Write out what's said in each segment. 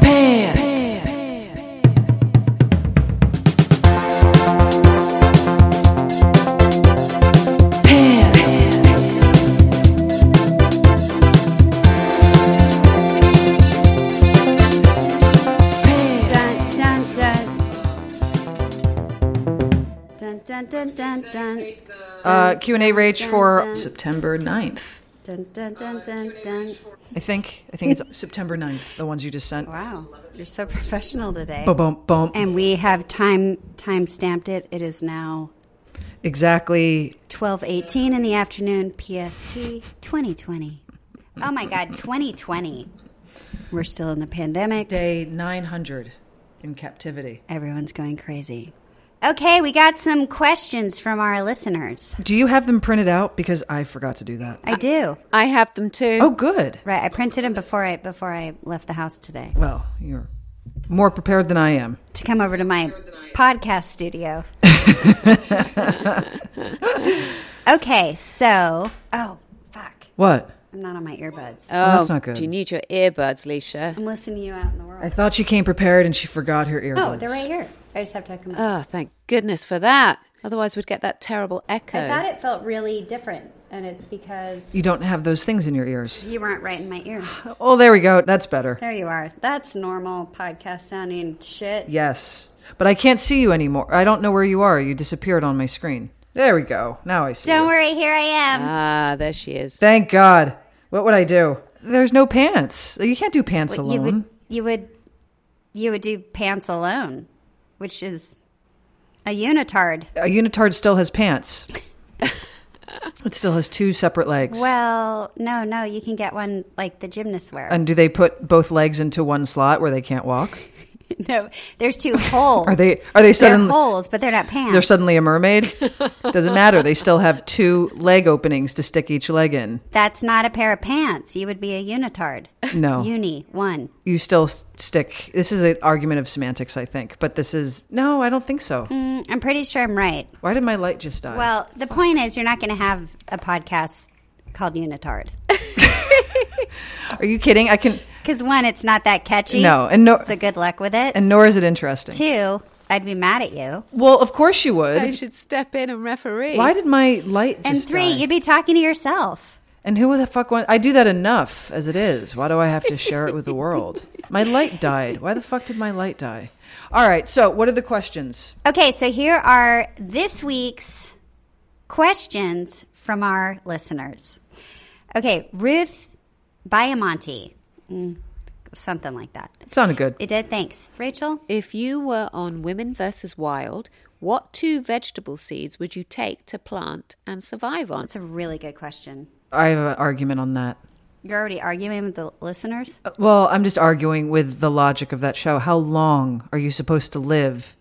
Pants. Dun dun dun. Dun dun dun dun dun. Uh, Q&A Rage for September 9th. Dun dun dun dun dun. I think I think it's September 9th, the ones you just sent. Wow. You're so professional today. Boom, boom, boom. And we have time time stamped it. It is now Exactly. 12:18 in the afternoon PST 2020. Oh my god, 2020. We're still in the pandemic. Day 900 in captivity. Everyone's going crazy. Okay, we got some questions from our listeners. Do you have them printed out? Because I forgot to do that. I do. I have them too. Oh, good. Right, I printed them before I before I left the house today Well, you're more prepared than I am. to come over to my podcast studio. okay, so oh fuck, What? I'm not on my earbuds. Oh, that's not good. Do you need your earbuds, Leisha? I'm listening to you out in the world. I thought she came prepared and she forgot her earbuds. Oh, they're right here. I just have to come. Oh, thank goodness for that. Otherwise, we'd get that terrible echo. I thought it felt really different, and it's because You don't have those things in your ears. you weren't right in my ear. Oh, there we go. That's better. There you are. That's normal podcast sounding shit. Yes. But I can't see you anymore. I don't know where you are. You disappeared on my screen. There we go. Now I see. Don't you. worry, here I am. Ah, there she is. Thank God. What would I do? There's no pants. You can't do pants But alone. you would you would you would do pants alone, which is a unitard. A unitard still has pants. it still has two separate legs. Well, no, no, you can get one like the gymnasts wear. and do they put both legs into one slot where they can't walk? no, there's two holes. Are they are they They're suddenly holes, but they're not pants. they're suddenly a mermaid? Doesn't matter. They still have two leg openings to stick each leg in. That's not a pair of pants. You would be a unitard. No. Uni one. you still s- stick. This is an argument of semantics, I think. But this is no, I don't think so. Mm, I'm pretty sure I'm right. Why did my light just die? Well, the point is, you're not going to have a podcast called Unitard are you kidding? I can because one, it's not that catchy. No, and no- So good luck with it. and nor is it interesting. two, I'd be mad at you. well, of course you would. I should step in and referee. Why did my light just And three, die? you'd be talking to yourself. And who the fuck wants? I do that enough as it is. Why do I have to share it with the world? My light died. Why the fuck did my light die? All right. So, what are the questions? Okay, so here are this week's questions from our listeners. Okay, Ruth Biamonte, mm, something like that. It sounded good. It did. Thanks, Rachel. If you were on Women versus Wild, what two vegetable seeds would you take to plant and survive on? That's a really good question. I have an argument on that. You're already arguing with the listeners. Uh, Well, I'm just arguing with the logic of that show. How long are you supposed to live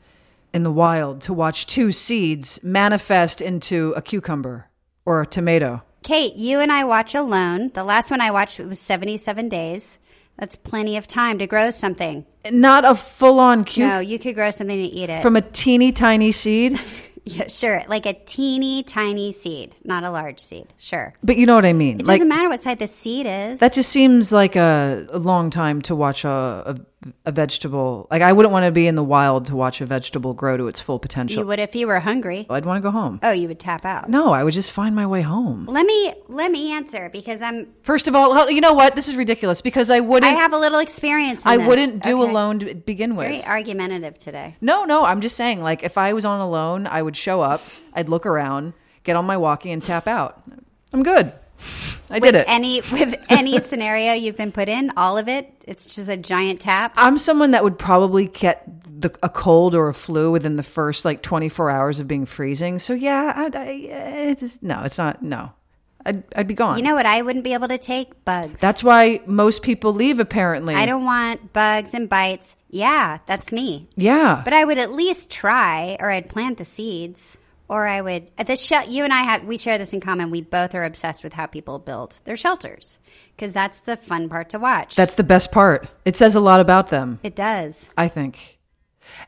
in the wild to watch two seeds manifest into a cucumber or a tomato? Kate, you and I watch alone. The last one I watched was 77 days. That's plenty of time to grow something. Not a full on cute no, you could grow something to eat it. from a teeny tiny seed. yeah, sure, like a teeny tiny seed, not a large seed. Sure. But you know what I mean. It like doesn't matter what side the seed is. that just seems like a, a long time to watch a, a a vegetable. Like I wouldn't want to be in the wild to watch a vegetable grow to its full potential. you would if you were hungry. I'd want to go home. Oh, you would tap out. No, I would just find my way home. Let me let me answer because I'm First of all, how- you know what? This is ridiculous because I I wouldn't. have a little experience. In I this. wouldn't do Okay. alone to begin with. Very argumentative today. No, no, I'm just saying, like, if I was on alone, I would show up, I'd look around, get on my walkie, and tap out. I'm good. I did it. Any with any scenario you've been put in, all of it, it's just a giant tap. I'm someone that would probably get the, a cold or a flu within the first like 24 hours of being freezing. So yeah, I, I, eh, it's just- no, it's not. No, I'd, I'd be gone. You know what I wouldn't be able to take? Bugs. that's why most people leave. Apparently, I don't want bugs and bites. Yeah, that's me. Yeah, But I would at least try, or I'd plant the seeds, or I would. At the shel- you and I have we share this in common. We both are obsessed with how people build their shelters because that's the fun part to watch. that's the best part. It says a lot about them. it does. I think.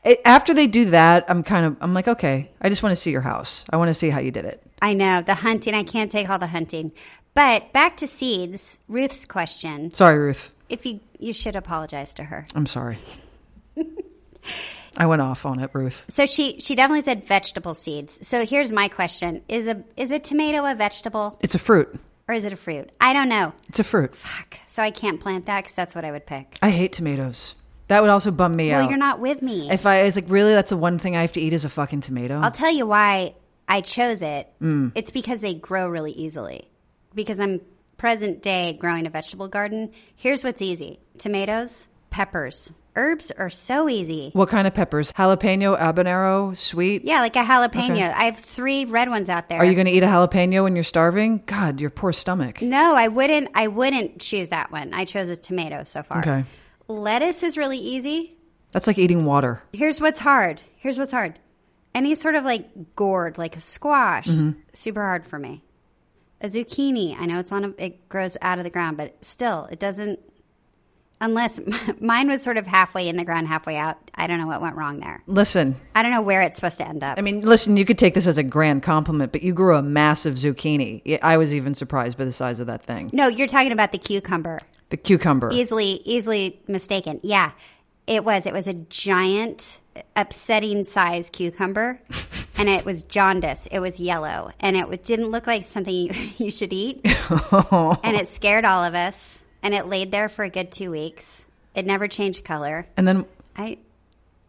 It, after they do that, I'm kind of I'm like, okay, I just want to see your house. I want to see how you did it. I know the hunting. I can't take all the hunting. But back to seeds. Ruth's question. Sorry, Ruth. If you you should apologize to her. I'm sorry. I went off on it, Ruth. So she she definitely said vegetable seeds. So here's my question: Is a is a tomato a vegetable It's a fruit. or is it a fruit? I don't know. It's a fruit. So I can't plant that because that's what I would pick. I hate tomatoes. That would also bum me out. Well, you're not with me. If I was like, really, that's the one thing I have to eat is a fucking tomato. I'll tell you why I chose it. Mm. It's because they grow really easily. Because I'm present day growing a vegetable garden. Here's what's easy tomatoes, peppers. Herbs are so easy. what kind of peppers? Jalapeno, habanero, sweet. Yeah, like a jalapeno. Okay. I have three red ones out there. Are you going to eat a jalapeno when you're starving? God, your poor stomach. no, I wouldn't. I wouldn't choose that one. I chose a tomato so far. Okay. Lettuce is really easy. That's like eating water. Here's what's hard. Here's what's hard. Any sort of like gourd, like a squash, Mm-hmm. super hard for me. A zucchini, I know it's on a, it grows out of the ground, but still, it doesn't. Unless mine was sort of halfway in the ground, halfway out. I don't know what went wrong there. Listen, I don't know where it's supposed to end up. I mean, listen, you could take this as a grand compliment, but you grew a massive zucchini. Yeah, I was even surprised by the size of that thing. no, you're talking about the cucumber. The cucumber. Easily, easily mistaken. Yeah, it was. It was a giant, upsetting size cucumber, and it was jaundice. It was yellow, and it w- didn't look like something you, you should eat. and it scared all of us. And it laid there for a good two weeks. It never changed color. and then I,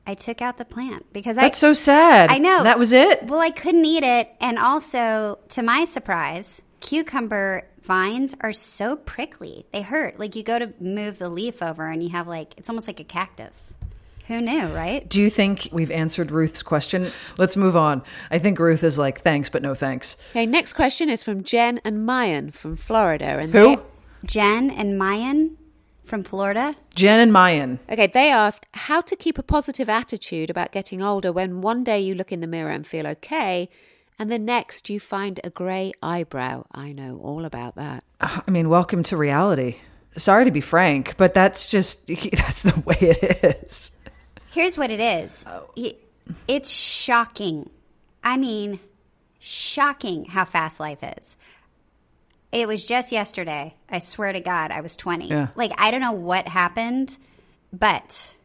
I took out the plant because I that's so sad. I know. That was it. Well, I couldn't eat it. And also, to my surprise, cucumber vines are so prickly. They hurt. Like you go to move the leaf over and you have like, it's almost like a cactus. Who knew, right? Do you think we've answered Ruth's question? Let's move on. I think Ruth is like, thanks, but no thanks. Okay, next question is from Jen and Mayan from Florida. And Who? Jen and Mayan from Florida. Jen and Mayan. They, okay, they ask how to keep a positive attitude about getting older when one day you look in the mirror and feel okay, and the next you find a grey eyebrow. I know all about that. Ah, I mean, welcome to reality. Sorry to be frank, but that's just that's the way it is. Here's what it is Y- it's shocking. I mean, shocking how fast life is. It was just yesterday. I swear to God, I was 20. Yeah. Like, I don't know what happened, but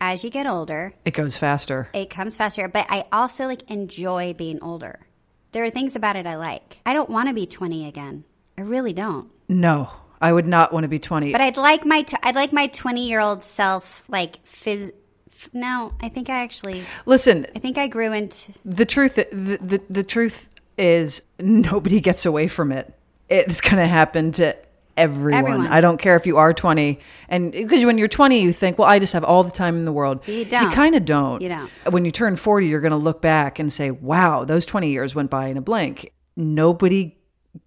as you get older, It goes faster. it comes faster. But I also like enjoy being older. There are things about it I like. I don't want to be 20 again. I really don't. No, I would not want to be 20. But I'd like my t- I'd like my 20 year old self like phys. f- No, I think I actually Listen, I think I grew into the truth the, the, the truth is nobody gets away from it. It's going to happen to everyone. Everyone. I don't care if you are 20 and because when you're 20 you think, well, I just have all the time in the world. You don't. You kind of don't. You don't. When you turn 40, you're going to look back and say, "Wow, those 20 years went by in a blink." Nobody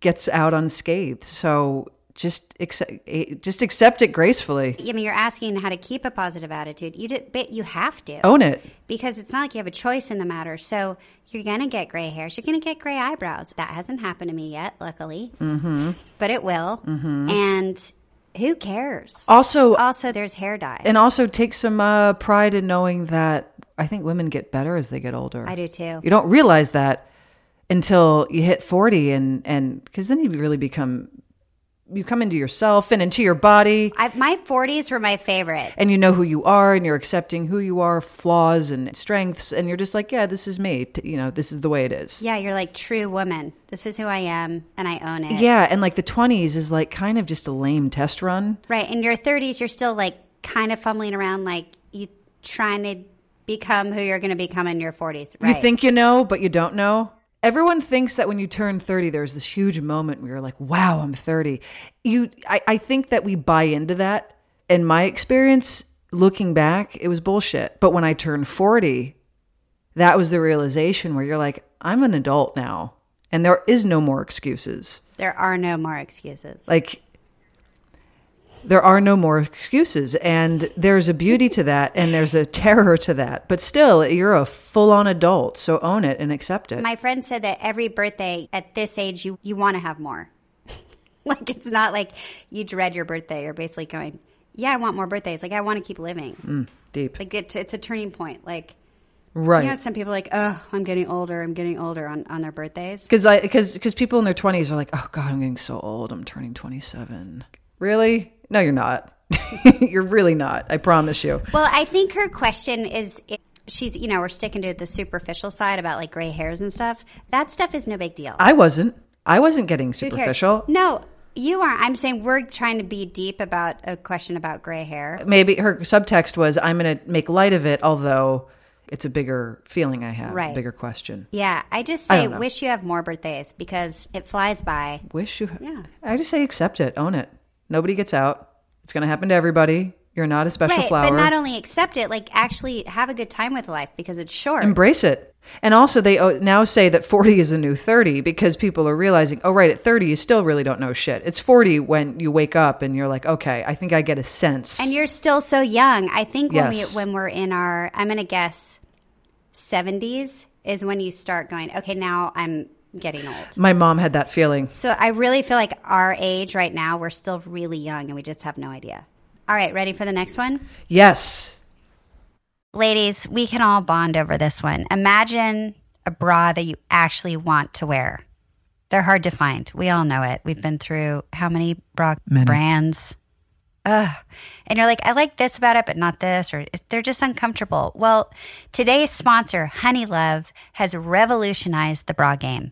gets out unscathed. So Just accept, eh, just accept it gracefully. I mean, you're asking how to keep a positive attitude. You did, but you have to Own it. because it's not like you have a choice in the matter. So you're gonna get gray hairs. You're gonna get gray eyebrows. That hasn't happened to me yet, luckily, mm-hmm. but it will. Mm-hmm. And who cares? Also, Also, there's hair dye. and also take some uh, pride in knowing that I think women get better as they get older. I do too. You don't realize that until you hit 40 and and cuz then you really become you come into yourself and into your body I, my 40s were my favorite. and you know who you are and you're accepting who you are, flaws and strengths and you're just like, yeah, this is me. T- You know, this is the way it is. Yeah, you're like true woman. This is who I am, and I own it. Yeah, and like the 20s is like kind of just a lame test run. Right. In your 30s, you're still like kind of fumbling around, like you trying to become who you're going to become in your 40s. Right. You think you know, but you don't know. Everyone thinks that when you turn 30, there's this huge moment where you're like, wow, I'm 30. You I, I think that we buy into that. In my experience, looking back, it was bullshit. But when I turned 40, that was the realization where you're like, I'm an adult now. And there is no more excuses. there are no more excuses. Like there are no more excuses and there's a beauty to that and there's a terror to that. But still, you're a full-on adult, so own it and accept it. My friend said that every birthday at this age, you, you want to have more. like, it's not like you dread your birthday. You're basically going, yeah, I want more birthdays. Like, I want to keep living. Deep. Like, it's, it's a turning point. Like, Right. you know, some people are like, oh, I'm getting older. I'm getting older on, on their birthdays. Cuz I cuz cuz people in their 20s are like, "Oh god, I'm getting so old. I'm turning 27." Really? No, you're not. you're really not. I promise you. Well, I think her question is if she's, you know, we're sticking to the superficial side about like gray hairs and stuff. That stuff is no big deal. I wasn't. I wasn't getting Who cares? superficial. No, you aren't. I'm saying we're trying to be deep about a question about gray hair. Maybe her subtext was, "I'm going to make light of it," although it's a bigger feeling I have, Right. a bigger question. Yeah, I just I say don't know. wish you have more birthdays because it flies by. Wish you. Yeah. I just say accept it, own it. Nobody gets out. It's going to happen to everybody. You're not a special Right, flower. but not only accept it, like actually have a good time with life because it's short. Embrace it. And also, they uh, now say that 40 is the new 30 because people are realizing, oh, right, at 30, you still really don't know shit. It's 40 when you wake up and you're like, okay, I think I get a sense. and you're still so young. I think when Yes. we when we're in our, I'm going to guess, 70s is when you start going. Okay, now I'm getting old. My mom had that feeling. So I really feel like our age right now, we're still really young and we just have no idea. All right, ready for the next one? Yes. Ladies, we can all bond over this one. Imagine a bra that you actually want to wear. They're hard to find. We all know it. We've been through how many bra Many. brands? Ugh. And you're like, I like this about it, but not this, or they're just uncomfortable. Well, today's sponsor, Honey Love, has revolutionized the bra game.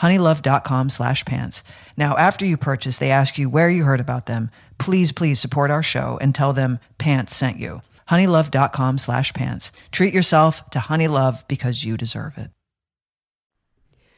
honeylove.com slash pants. Now, after you purchase, they ask you where you heard about them. Please, please support our show and tell them pants sent you. Honeylove.com slash pants. Treat yourself to Honey Love because you deserve it.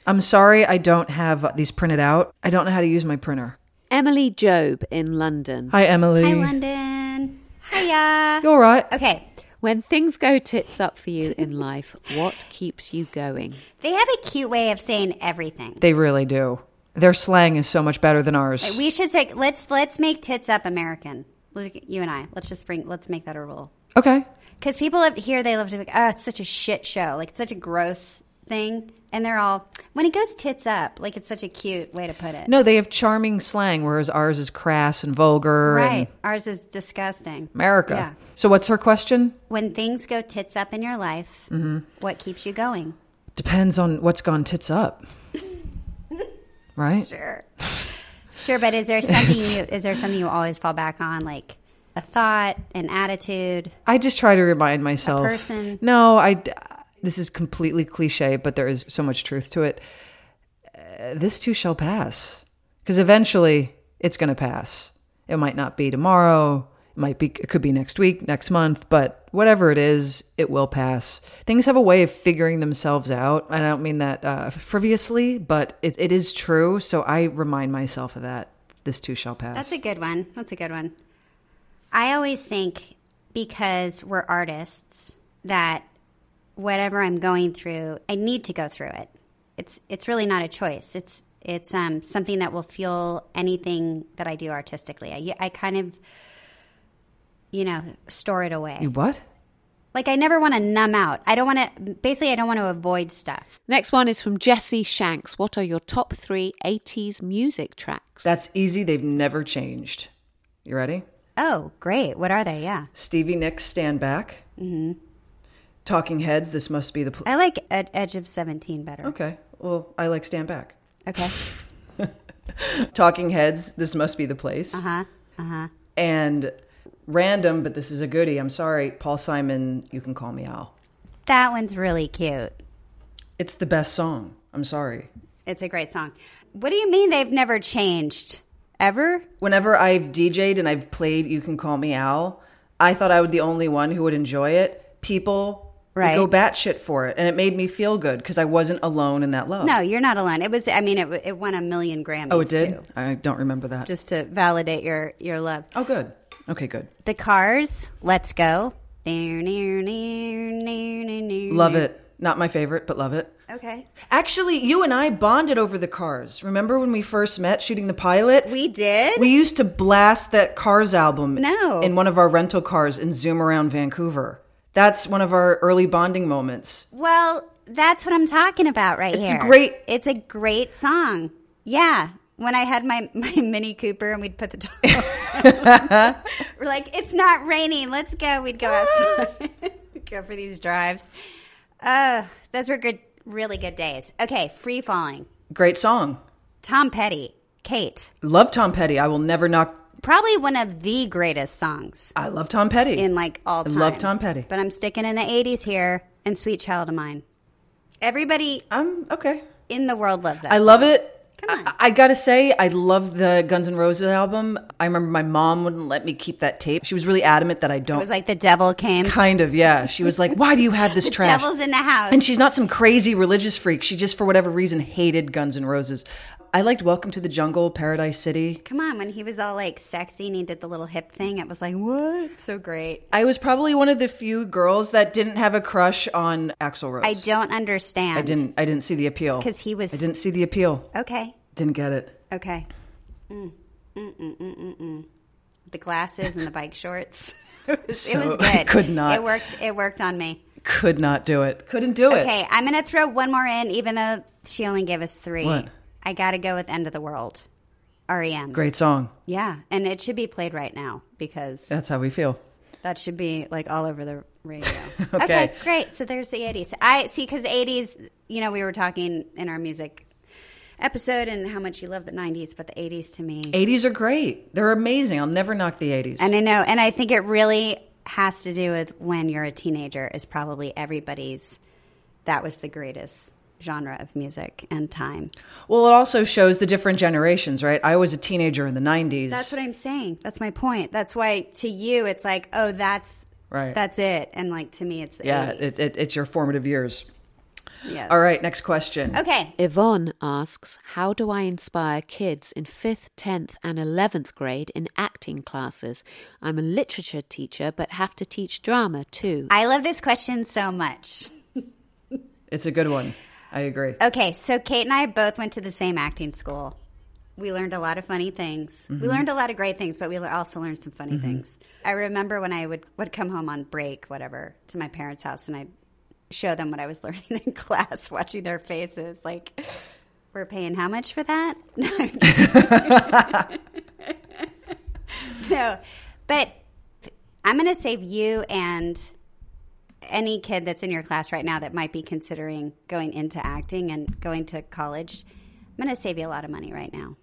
I'm sorry I don't have these printed out. I don't know how to use my printer. Emily Job in London. Hi, Emily. Hi, London. Hiya. You all right? Okay, When things go tits up for you in life, what keeps you going? they have a cute way of saying everything. They really do. Their slang is so much better than ours. we should say let's let's make tits up American. Look, You and I. Let's just bring. Let's make that a rule. okay. Because people up here, they love to be like, oh, it's such a shit show. Like, it's such a gross thing. And they're all, when it goes tits up, like, it's such a cute way to put it. No, they have charming slang, whereas ours is crass and vulgar. And Right. Ours is disgusting. America. Yeah. So what's her question? When things go tits up in your life, what keeps you going? Depends on what's gone tits up. Right? Sure. sure, but is there something you is there something you always fall back on like a thought, an attitude? I just try to remind myself. person. No, I d- this is completely cliche, but there is so much truth to it. Uh, this too shall pass. Cuz eventually it's going to pass. It might not be tomorrow. It might be it could be next week, next month, but whatever it is, it will pass. Things have a way of figuring themselves out. And I don't mean that uh, frivolously, but it, it is true. So I remind myself of that. This too shall pass. That's a good one. That's a good one. I always think because we're artists that whatever I'm going through, I need to go through it. It's it's really not a choice. It's it's um, something that will fuel anything that I do artistically. I I kind of you know store it away. you what? Like I never want to numb out. I don't want to. Basically, I don't want to avoid stuff. Next one is from Jesse Shanks. What are your top three 80s music tracks? That's easy. They've never changed. You ready? Oh, great! What are they? Yeah, Stevie Nicks, Stand Back. Mm-hmm. Talking Heads, This Must Be the Pl- I like Ed- Edge of Seventeen better. Okay. Well, I like Stand Back. Okay. Talking Heads, This Must Be the Place. Uh huh. Uh huh. And random, but this is a goodie. I'm sorry. Paul Simon, You Can Call Me Al. That one's really cute. It's the best song. I'm sorry. It's a great song. What do you mean they've never changed? Ever? Whenever I've DJ'd and I've played You Can Call Me Al, I thought I was the only one who would enjoy it. People would Right. go batshit for it. And it made me feel good because I wasn't alone in that love. No, you're not alone. It was. I mean, it, it won a million Grammys. Oh, it did? Too, I don't remember that. just to validate your your love. oh, good. Okay, good. The Cars. Let's go. Love Love it. Not my favorite, but love it. Okay. Actually, you and I bonded over the cars. Remember when we first met shooting the pilot? We did. We used to blast that Cars album No. in one of our rental cars and zoom around Vancouver. That's one of our early bonding moments. Well, that's what I'm talking about right It's a here. great- It's a great song. Yeah. When I had my, my Mini Cooper and we'd put the dog We're like, it's not raining. Let's go. We'd go outside, Ah. go for these drives. Uh, those were good, really good days. Okay. Free Falling. Great song. Tom Petty. Kate. Love Tom Petty. I will never knock. Probably one of the greatest songs I love Tom Petty. in like all I time. love Tom Petty. But I'm sticking in the 80s here and Sweet Child of Mine. Everybody I'm okay. in the world loves that. I love it. Come on. I, I gotta say, I love the Guns N' Roses album. I remember my mom wouldn't let me keep that tape. She was really adamant that I don't. It was like the devil came. kind of, yeah. She was like, "Why do you have this trash?" Devil's in the house. And she's not some crazy religious freak. She just, for whatever reason, hated Guns N' Roses. I liked Welcome to the Jungle, Paradise City. Come on, when he was all like sexy and he did the little hip thing, it was like, what? So great. I was probably one of the few girls that didn't have a crush on Axl Rose. I don't understand. I didn't. I didn't see the appeal 'Cause he was- I didn't see the appeal. Okay. Didn't get it. Okay. Mm. Mm, mm, mm, mm, mm. The glasses and the bike shorts. It was, it was So, good. I could not. It worked. It worked on me. Could not do it. Couldn't do it. Okay, I'm gonna throw one more in, even though she only gave us three. What? I gotta go with "End of the World," REM. Great song. Yeah, and it should be played right now because That's how we feel. That should be like all over the radio. Okay. okay. great. So there's the 80s. I see cuz 80s, you know, we were talking in our music episode and how much you love the 90s, but the 80s to me. 80s are great. They're amazing. I'll never knock the 80s. And I know, and I think it really has to do with when you're a teenager is probably everybody's that was the greatest genre of music and time. well, it also shows the different generations, right? I was a teenager in the 90s. That's what I'm saying. That's my point. That's why to you it's like, "Oh, that's Right. That's it." And like to me it's the yeah, 80s. it, it, it's your formative years. Yes. All right, next question. Okay. Yvonne asks, How do I inspire kids in 5th, 10th, and 11th grade in acting classes? I'm a literature teacher, but have to teach drama too. I love this question so much. It's a good one. I agree. Okay, so Kate and I both went to the same acting school. We learned a lot of funny things. We learned a lot of great things, but we also learned some funny things. I remember when I would, would come home on break, whatever, to my parents' house and I'd show them what I was learning in class, watching their faces. Like, we're paying how much for that? No, I'm kidding. no. But I'm going to save you and any kid that's in your class right now that might be considering going into acting and going to college, I'm going to save you a lot of money right now.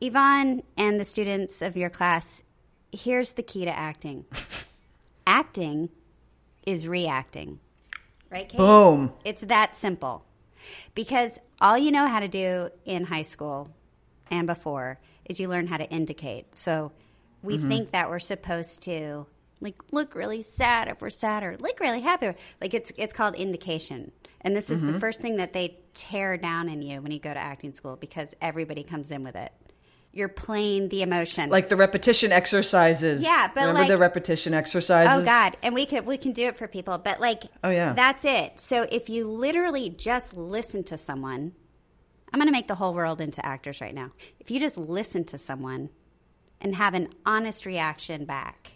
Yvonne and the students of your class, here's the key to acting acting is reacting, right, Kate? Boom. It's that simple. Because all you know how to do in high school and before is you learn how to indicate. So we think that we're supposed to like look really sad if we're sad or look really happy. Like it's it's called indication. And this is the first thing that they tear down in you when you go to acting school because everybody comes in with it. You're playing the emotion. Like the repetition exercises. Yeah, but remember like- the repetition exercises. Oh God, and we could we can do it for people, but like Oh, yeah. that's it. So if you literally just listen to someone, I'm going to make the whole world into actors right now. If you just listen to someone and have an honest reaction back,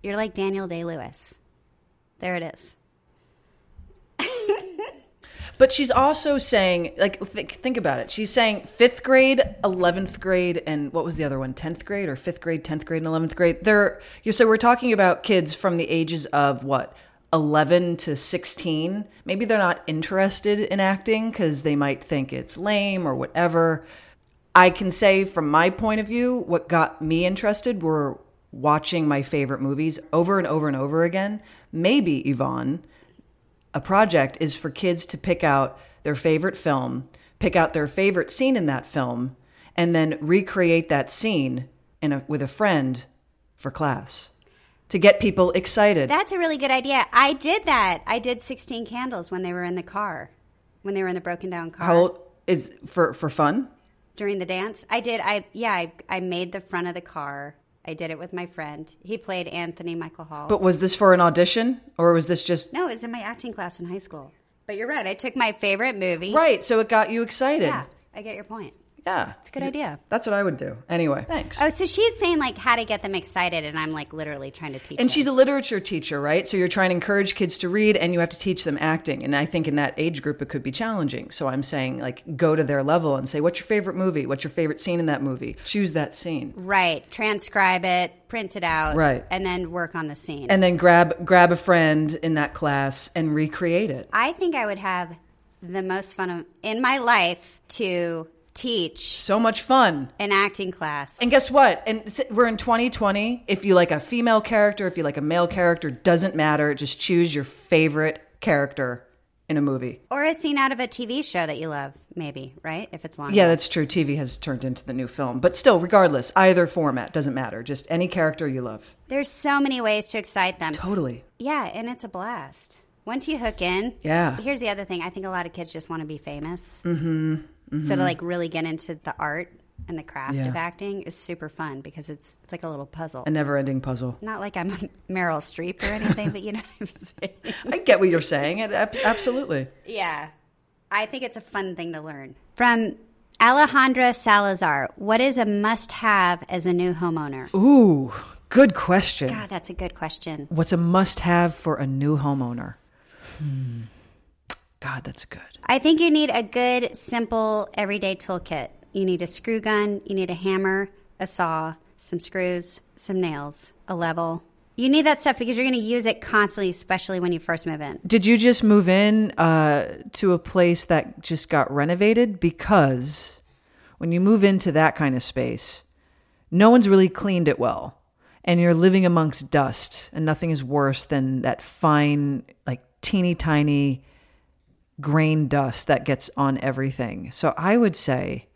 you're like Daniel Day Lewis. There it is. But she's also saying, like, think, think about it. She's saying fifth grade, eleventh grade, and what was the other one? Tenth grade or fifth grade, tenth grade, and eleventh grade. They're you. So we're talking about kids from the ages of what, eleven to sixteen. Maybe they're not interested in acting because they might think it's lame or whatever. I can say from my point of view, what got me interested were watching my favorite movies over and over and over again. Maybe Yvonne a project is for kids to pick out their favorite film, pick out their favorite scene in that film, and then recreate that scene in a, with a friend for class to get people excited. That's a really good idea. I did that. I did 16 candles when they were in the car, when they were in the broken down car. How old is for for fun? during the dance i did i yeah I, I made the front of the car i did it with my friend he played anthony michael hall But was this for an audition or was this just no it was in my acting class in high school but you're right i took my favorite movie right? So it got you excited. yeah i get your point yeah, it's a good idea That's what I would do anyway. Thanks. oh so she's saying like how to get them excited and i'm like literally trying to teach them. And she's a literature teacher, right? So you're trying to encourage kids to read and you have to teach them acting. And I think in that age group, it could be challenging. So I'm saying, like, go to their level and say, what's your favorite movie? What's your favorite scene in that movie? Choose that scene. right transcribe it print it out Right. and then work on the scene And then grab grab a friend in that class and recreate it. i think i would have the most fun of, in my life to teach So much fun. an acting class And guess what? And it's- we're in 2020. If you like a female character, if you like a male character, doesn't matter. Just choose your favorite character in a movie. Or a scene out of a TV show that you love, maybe, right? If it's long. Yeah, that's true. TV has turned into the new film. But still, regardless, either format doesn't matter. Just any character you love. There's so many ways to excite them. Totally. Yeah, and it's a blast. Once you hook in. Yeah. Here's the other thing I think a lot of kids just want to be famous. Mm-hmm. So to like really get into the art and the craft Yeah. of acting is super fun because it's it's like a little puzzle. A never ending puzzle. Not like I'm Meryl Streep or anything, but you know what I'm saying? I get what you're saying. It, ab- absolutely. Yeah. I think it's a fun thing to learn. From Alejandra Salazar, what is a must have as a new homeowner? Ooh, good question. God, Ah, that's a good question. What's a must have for a new homeowner? Hmm. God, that's good. I think you need a good, simple, everyday toolkit. You need a screw gun, you need a hammer, a saw, some screws, some nails, a level. You need that stuff because you're going to use it constantly, especially when you first move in. Did you just move in uh, to a place that just got renovated? Because when you move into that kind of space, no one's really cleaned it well. And you're living amongst dust, and nothing is worse than that fine, like teeny tiny grain dust that gets on everything. So I would say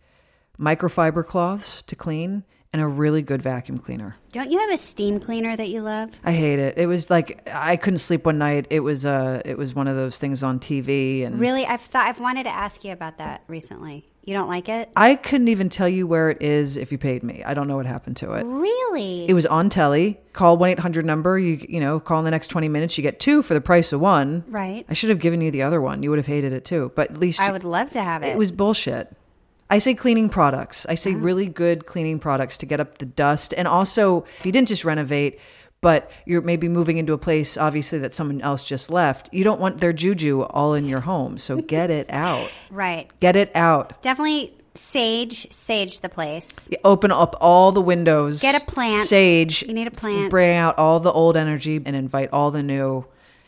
microfiber cloths to clean and a really good vacuum cleaner. Don't you have a steam cleaner that you love? I hate it. It was like I couldn't sleep one night. It was uh it was one of those things on TV and Really? I've thought I've wanted to ask you about that recently. You don't like it? I couldn't even tell you where it is if you paid me. I don't know what happened to it. Really? It was on telly. Call 1-800 number. You you know, call in the next 20 minutes, you get two for the price of one. Right. I should have given you the other one. You would have hated it too. But at least I you- would love to have it. it was bullshit. I say cleaning products. I say Ah. really good cleaning products to get up the dust. And also, if you didn't just renovate, but you're maybe moving into a place, obviously, that someone else just left, you don't want their juju all in your home. So get it out. right. Get it out. Definitely sage, sage the place. Open up all the windows. Get a plant. Sage. You need a plant. Bring out all the old energy and invite all the new.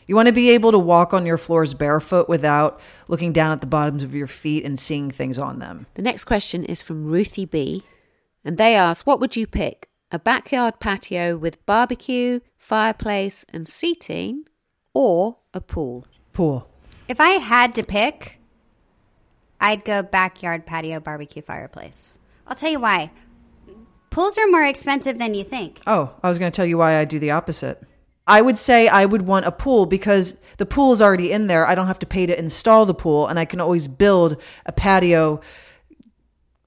You want to be able to walk on your floors barefoot without looking down at the bottoms of your feet and seeing things on them. The next question is from Ruthie B. And they ask, what would you pick? A backyard patio with barbecue, fireplace, and seating, or a pool? Pool. If I had to pick, I'd go backyard patio barbecue fireplace. I'll tell you why. Pools are more expensive than you think. Oh, I was going to tell you why I do the opposite. I would say I would want a pool because the pool is already in there. I don't have to pay to install the pool, and I can always build a patio,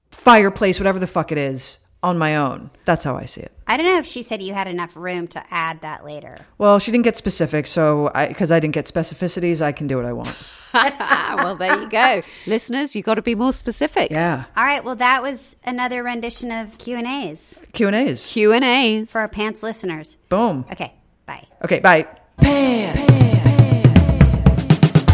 fireplace, whatever the fuck it is, on my own. That's how I see it. I don't know if she said you had enough room to add that later. Well, she didn't get specific, so I because I didn't get specificities, I can do what I want. Ah, well, there you go. Listeners, you got to be more specific. Yeah, All right, well that was another rendition of Q&As Q and A's. Q&As. for our pants listeners. Boom. Okay, bye. Okay, bye. Pants.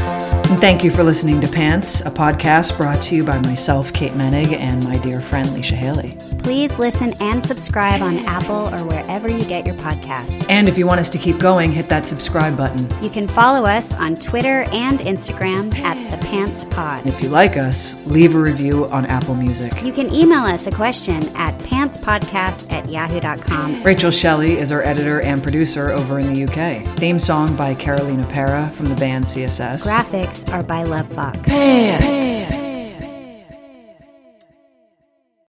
And thank you for listening to Pants, a podcast brought to you by myself, Kate Menig, and my dear friend Leisha Haley. Please listen and subscribe on Apple or wherever you get your podcasts. And if you want us to keep going, hit that subscribe button. You can follow us on Twitter and Instagram at the Pants Pod. And if you like us, leave a review on Apple Music. You can email us a question at pantspodcast at yahoo.com. Rachel Shelley is our editor and producer over in the UK. Theme song by Carolina Para from the band CSS. Graphics are by Love Fox. Pants.